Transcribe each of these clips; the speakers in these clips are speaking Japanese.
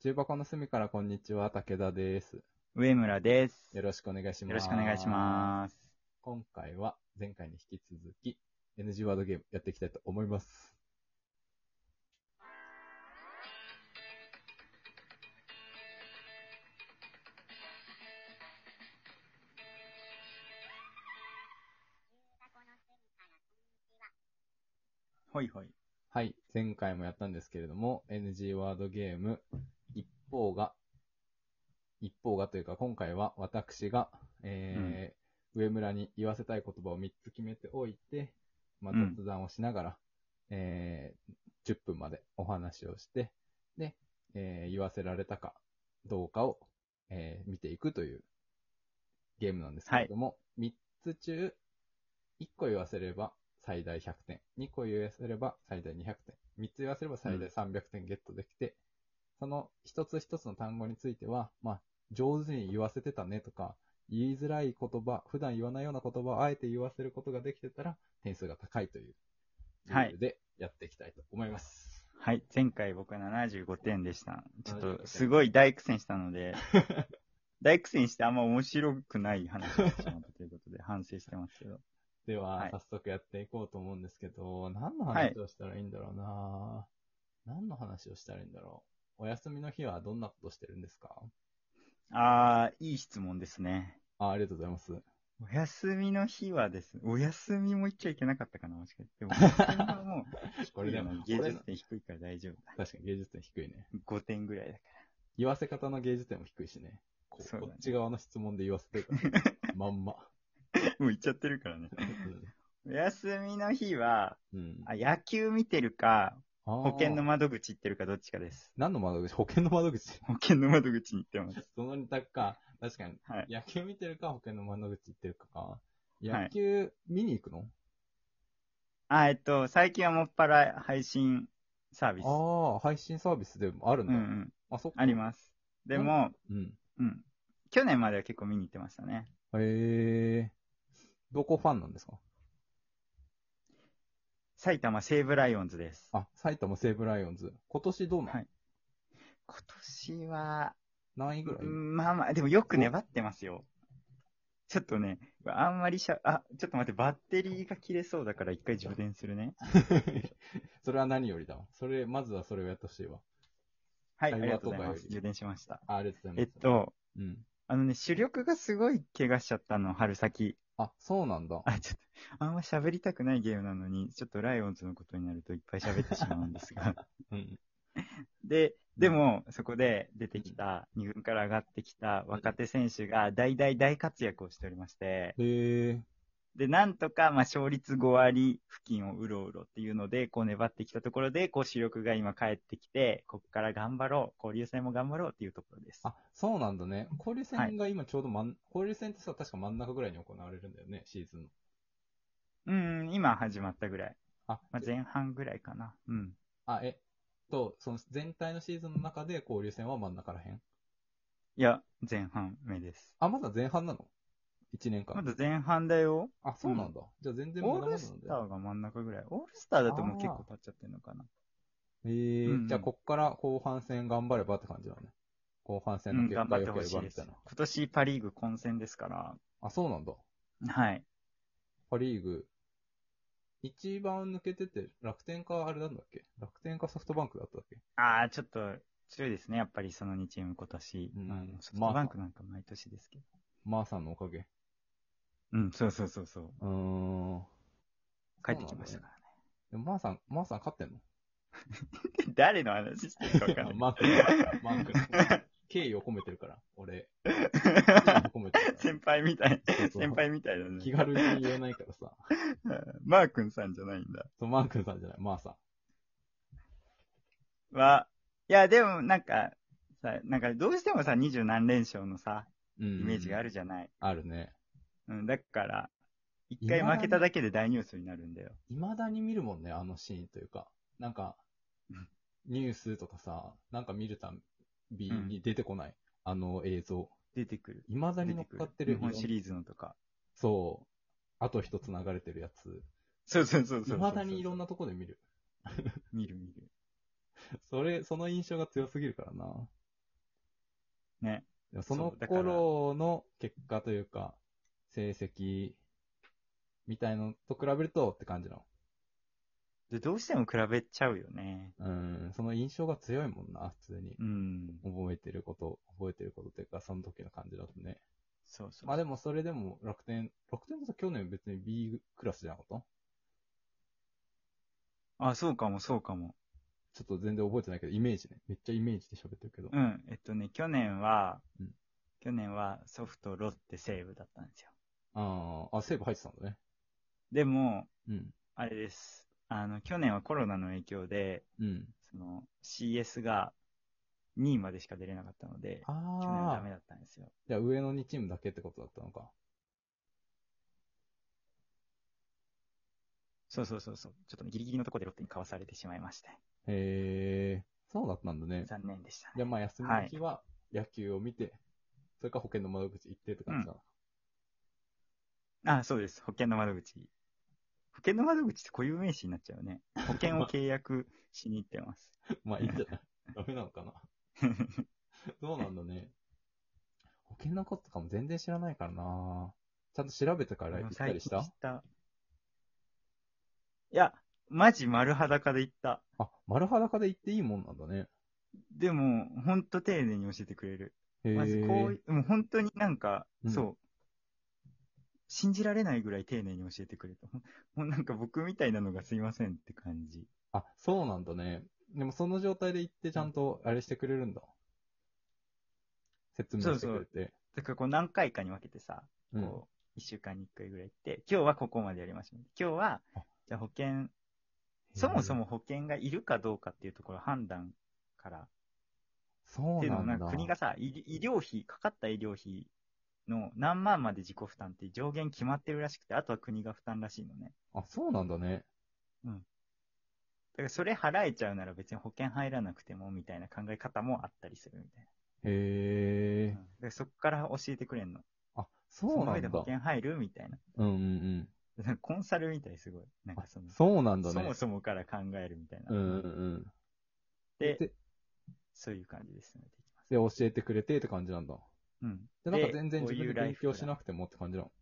中箱の隅からこんにちは、武田です。上村です。よよろしくお願いします。ろしくお願いします。す。今回は前回に引き続き NG ワードゲームやっていきたいと思います。ほいほい。はい、前回もやったんですけれども、NG ワードゲーム、一方が、一方がというか、今回は私が、えー上村に言わせたい言葉を3つ決めておいて、まあ、うん雑談をしながら、えー10分までお話をして、で、えー言わせられたかどうかを、えー見ていくというゲームなんですけれども、3つ中、1個言わせれば最大100点、2個言わせれば最大200点、3つ言わせれば最大300点ゲットできて、その一つ一つの単語については、まあ、上手に言わせてたねとか、言いづらい言葉、普段言わないような言葉をあえて言わせることができてたら、点数が高いという、はいルールでやっていきたいと思います。はい。前回僕は75点でした。ちょっ75と、点すごい大苦戦した ので、大苦戦してあんま面白くない話をしてしまったということで、反省してますけど。では、はい早速やっていこうと思うんですけど、何の話をしたらいいんだろうな、何の話をしたらいいんだろうお休みの日はどんなことしてるんですかあー、いい質問ですね。あありがとうございます。お休みの日はですね、お休みも言っちゃいけなかったかな、もしかして。でも、お休みはもう、 これでも、芸俺術の点低いから大丈夫だ。確かに芸術点低いね。 5点ぐらいだか言わせ方の芸術点も低いしね。こそうだこねっち側の質問で言わせてるから、 まんま。ら。 もう言っちゃってるからね。お休みの日は、うん。あ野球見てるか、保保険の窓口行ってるかどっちかです。何の窓口保険の窓口保険の窓口に行ってます。その二択か。確かに。はい。野球見てるか、保険の窓口行ってるかか。はい野球見に行くの、あ、えっと、最近はもっぱら配信サービス。ああ、配信サービスでもあるんうんうだ。ん。あ、そっか。あります。でも、うん。うん。去年までは結構見に行ってましたね。へえ。どこファンなんですか埼玉西武ライオンズです。あ、埼玉西武ライオンズ。今年どうなの、はい今年は、何位ぐらい、うんまあまあ、でもよく粘ってますよ。ちょっとね、あんまりしゃ、あ、ちょっと待って、バッテリーが切れそうだから一回充電するね。 それは何よりだわ。それ、まずはそれをやってほしいわ。はい、あ会り話がとうございまとかよす。り充電しました。あありがとうございえっます。と、うん。あのね、主力がすごい怪我しちゃったの、春先。あ、そうなんだ。あ、ちょっと、あんま喋りたくないゲームなのに、ちょっとライオンズのことになるといっぱい喋ってしまうんですが。うん。で、でも、そこで出てきた、2軍から上がってきた若手選手が大大大活躍をしておりまして、へえ。で、なんとか、まあ、勝率5割付近をうろうろっていうので、こう粘ってきたところで、こう主力が今帰ってきて、ここから頑張ろう、交流戦も頑張ろうっていうところです。あ、そうなんだね。交流は戦いが今ちょうど真ん、交流戦ってさ、確か真ん中ぐらいに行われるんだよね、シーズンの。うん、今始まったぐらい。あ、まあ、前半ぐらいかな。うん。あ、えっと、その全体のシーズンの中で交流戦は真ん中らへん。いや、前半目です。あ、まだ前半なの ?1 年間。まだ前半だよ。あ、そうなんだ。じゃあ全然オまだまだールなスんだタよ。ーが真ん中ぐらい。オールスターだともう結構経っちゃってるのかな。えうんうー、んじゃあこっから後半戦頑張ればって感じだね。後半う戦のん、結果頑張が良けってほれしばいでみす。たいな今。年パリーグ混戦ですから。あ、そうなんだ。はい。パリーグ。一番抜けてて、楽天かあれなんだっけ楽天かソフトバンクだったっけああ、ちょっと強いですね。やっぱりその2チーム今年。うんあのソフトバンクなんか毎年ですけど。マーさんのおかげ。うん、そうそうそうそう。うーん。帰ってきましたから ね。でも、マーさん、マーさん勝ってんの誰の話してるか分かん あない。 マー君。マー君。敬意を込めてるから、俺。敬意を込めてるから 先輩みたい。そうそう先輩みたいだ気ね。軽に言えないからさ。 マー君さんじゃないんだ。そう、マー君さんじゃない、マーさん。は、いや、でもなんか、さ、なんかどうしてもさ、二十何連勝のさ、うんイメージがあるじゃない。あるね。うん、だから、一回負けただけで大ニュースになるんだよ。未だに見るもんね、あのシーンというか。なんかうん、ニュースとかさ、なんか見るたびうんに出てこない、あの映像。出てくる。未だ出にて乗っくかるっ。て日る。本シリーズのとか。そう。あと一つ流れてるやつ。そうそうそうそうそう。未だにいろんな。とこで見る。見る見る。それ、その印象が強すぎるからな。ね。でもそのそうだから頃の結果というか、成績みたいのと比べるとって感じなの。でどうしても比べちゃうよね。うん、その印象が強いもんな、普通に。うん。覚えてること、覚えてることというか、その時の感じだとね。そうそう。まあでもそれでも楽天、楽天だと去年別に B クラスじゃなかったあ、そうかも、そうかも。ちょっと全然覚えてないけど、イメージね。めっちゃイメージで喋ってるけど。うん。えっとね、去年は、うん去年はソフト、ロッテ、西武だったんですよ。あーあ、セーブ入ってたんだね。でも、うん。あれです。あの、去年はコロナの影響で、うん。その CS が2位までしか出れなかったので、去年はダあメあ。だったんですよ。じゃあ上の2チームだけってことだったのか。そうそうそうそう。ちょっとねギリギリのところでロッテにかわされてしまいまして、へえ、そうだったんだね。残念でしたじゃあね。まあ休みの日は野球を見て、それから保険の窓口行ってって感じだな。あ、そうです。保険の窓口。保険の窓口って固有名詞になっちゃうね。保険を契約しに行っ てます。まあいいんじゃないダメなのかなそうなんだね。保険のこととかも全然知らないからなちゃんと調べてから行ったりした知ったいや、マジ丸裸で行った。あ、丸裸で行っていいもんなんだね。でも、ほんと丁寧に教えてくれる。へえ。まずこうい、もう本当になんか、うんそう。信じられないぐらい丁寧に教えてくれた。ほんもうなんか僕みたいなのがすいませんって感じ。あ、そうなんだね。でもその状態で行ってちゃんとあれしてくれるんだ。説明してくれて。だからこう何回かに分けてさ、うんこう、1週間に1回ぐらい行って、今日はここまでやりましょう。今日はあ、じゃあ保険、そもそ。も保険がいるかどうかっていうところ判断から。っそうていうのなもなんんだ。か国がさ、医医療費、かかった医療費の何万まで自己負担って上限決まってるらしくて、あとは国が負担らしいのね。あ、そうなんだね。だからそれ払えちゃうなら別に保険入らなくてもみたいな考え方もあったりするみたいへな。えう。んだからそこから教えてくれんの。あ、そうのな上でん保だ。険入るみたいな。 うんうんうん。なんかコンサルみたいすごい。なんかその、そうなんだそねも。そもから考えるみたいな。うんうんうん。で、で、そういう感じで進めていきます。で教えてくれてって感じなんだ。うん。で、なんか全然こう自い分うでライ勉フ強しなくくてもって感 じなの。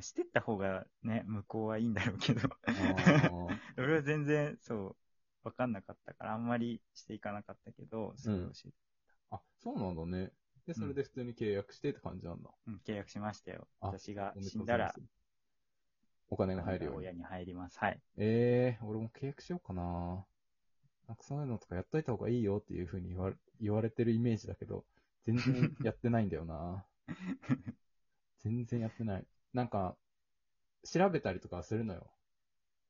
してった方がね、向こうはいいんだろうけど、あ ー俺は全然そう、わかんなかったから、あんまりしていかなかったけど、そう教えてあ、そうなんだね。で、それで普通に契約してって感じなんだ。うん、契約しましたよ。あ私がおめでとう死んござだいまらす、お金が入るように。親に入ります。はい。ええ俺も契約しようかな。なんかそういうのとかやっといた方がいいよっていうふうに言われ言われてるイメージだけど、全然やってないんだよ な。全然やってない。なんか、調べたりとかはするのよ。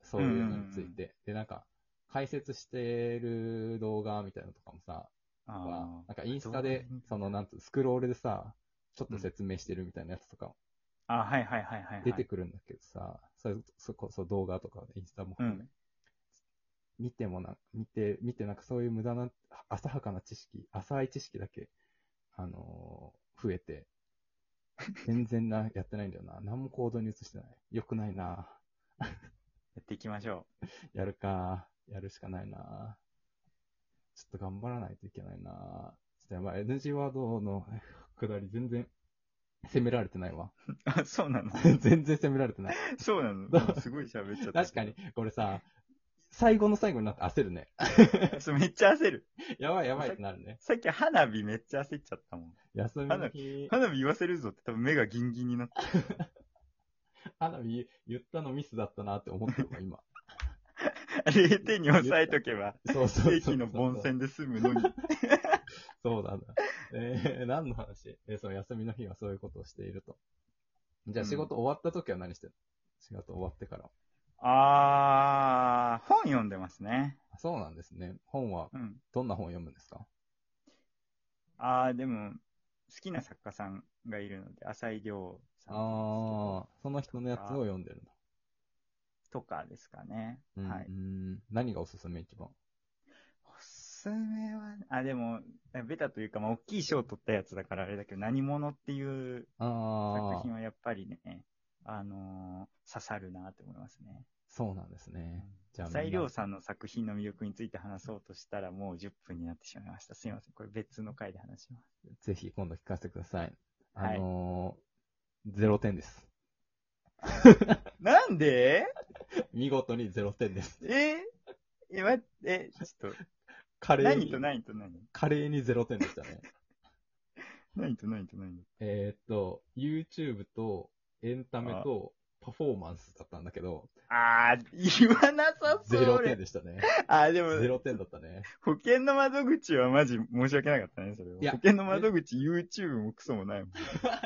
そういうのについうんうんて。で、なんか、解説してる動画みたいなのとかもさ、あはーなんかインスタで動画見、その、なんつう、スクロールでさ、ちょっと説明してるみたいなやつとかあ、はいはいはいはい、はい。出てくるんだけどさ、それそこそう動画とか、インスタも含め、うん見てもな、見て、見てなんかそういう無駄な、浅はかな知識、浅い知識だけ、あのー増えて、全然な、 やってないんだよな。何も行動に移してない。良くないな。やっていきましょやるか。やるしかないな。ちょっと頑張らないといけないな。ちょっとやばい。NG ワードの くだり全然責められてないわ。 う。 あ、そうなの全然責められてない。そうなのすごい喋っちゃった。確かに。、これさ、最後の最後になって焦るね。そうめっちゃ焦る。やばいやばいってなるね。さっき花火めっちゃ焦っちゃったもん。休みの日、花火言わせるぞって多分目がギンギンになった。花火言ったのミスだったなって思ってるわ、今。 0点に抑えとけば、 そう そうそうそう。駅の凡戦で済むのに。 そうなんだ。 えー、何の話えーその休みの日はそういうことをしていると。じゃあ仕事終わった時は何してるの、仕事終わってから。あー、本読んでますね。あそうなんですね。本はうん。どんな本を読むんですかあー、でも、好きな作家さんがいるので、浅井亮さんなんでああ、その人のやつを読んでるんだ。すけどとかですかね。うんはい。うん何がおすすめ一番おすすめは、あ、でも、ベタというか、まあ、大きい賞を取ったやつだからあれだけど、何者っていうあ作あ品、はやっぱりね、あのー刺さるなって思いますね。そうなんですね。じゃあ、材料ん。さんの作品の魅力について話そうとしたらもう10分になってしまいました。すいません。これ別の回で話します。ぜひ今度聞かせてください。あはいのー、0点です。 なんで見事に0点です。ええ、ま、え、ちょっカと、レー何にと、何と何カレーに0点でしたね。 何と何と何えーっと、YouTube とエンタメとパフォーマンスだったんだけど、あー、言わな さそう。 0俺点でしたね。あー、でも、 0点だったね。保険の窓口はマジ申し訳なかったね、それはいや保険の窓口、YouTube もクソも ないもん。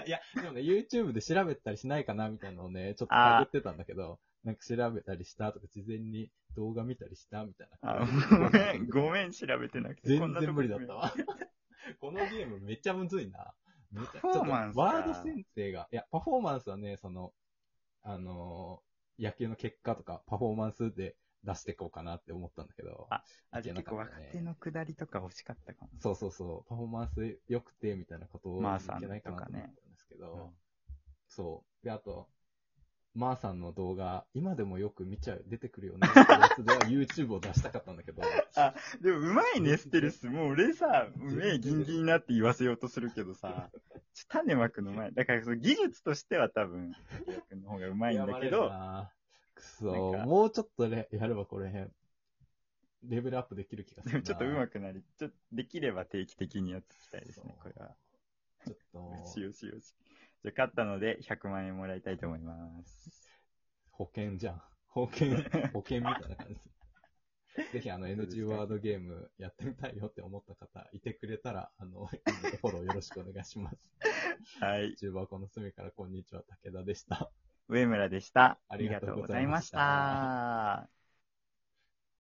いや、でもね、YouTube で調べたりしないかなみたいなのをね、ちょっと探ってたんだけど、なんか調べたりしたとか、事前に動画見たりしたみたいなあ。ごめん、ごめん、調べてなくて。こ全んなと然こ無理だったわ。 このゲームめっちゃむずいな。めっちゃパフォーマンスちょかっとワード選定が、いや、パフォーマンスはね、その、あのー野球の結果とかパフォーマンスで出していこうかなって思ったんだけど。あ、じゃあいけな結か構っ若たね手の下りとか欲しかったかも。そうそうそう、パフォーマンス良くて、みたいなことをまあいけないかなとさん思とかねったんですけど、うんそう。で、あと、まーさんの動画、今でもよく見ちゃう、出てくるよね。ってやつでは YouTube を出したかったんだけ ど、でも、うまいね、ステルス。もう俺さ、目ギンギンになって言わせようとするけどさ、ちょ種まくの前。だから、その技術としては多分、竹谷君の方がうまいんだけやばいど、なくなそんかもうちょっとね、やればこれへん、レベルアップできる気がすでるもな。 ちょっとく上手くなり、ちょっとできれば定期的にやっていきたいですね、これは。ちょっとし、よしよし。じゃあ、勝ったので100万円もらいたいと思います。保険じゃん。 保険、保険みたいな感じ。 ぜひ、あの、NG ワードゲームやってみたいよって思った方、いてくれたら、あの、フォローよろしくお願いします。はい。中箱の隅からこんにちは、武田でした。上村でした。あありりががととううごござざいいままししたた。